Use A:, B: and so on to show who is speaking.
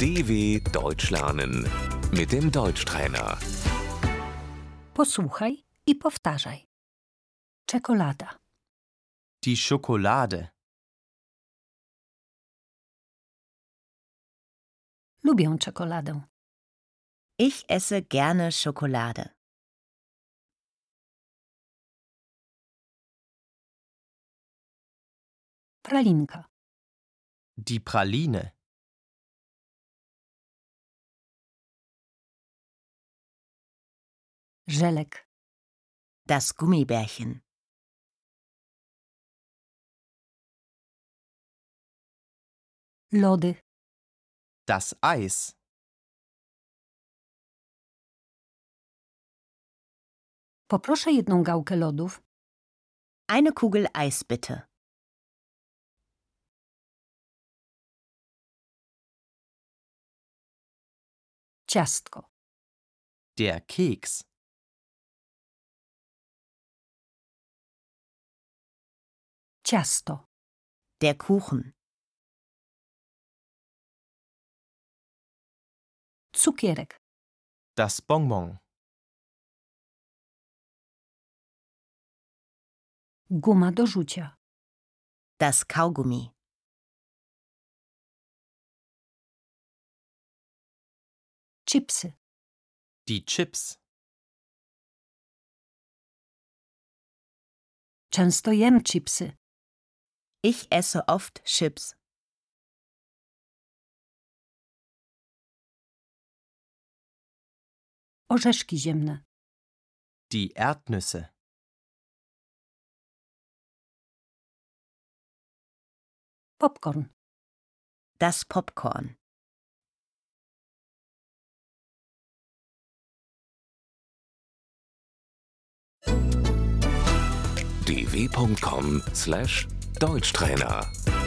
A: DW Deutsch lernen mit dem Deutschtrainer.
B: Posłuchaj i powtarzaj. Czekolada,
C: Die Schokolade,
B: lubię czekoladę,
D: Ich esse gerne Schokolade.
B: pralinka,
C: die Praline,
B: żelek,
D: Das Gummibärchen.
B: lody,
C: das Eis,
B: Poproszę jedną gałkę lodów,
D: Eine Kugel Eis bitte.
B: ciastko,
C: der Keks,
B: ciasto,
D: Der Kuchen.
B: cukierek,
C: das Bonbon,
B: guma do rzucia,
D: Das Kaugummi.
B: chipsy,
C: die Chips,
B: często jem chipsy,
D: Ich esse oft Chips.
B: orzeszki ziemne,
C: die Erdnüsse,
B: popcorn,
D: Das Popcorn.
A: dw.com/deutschtrainer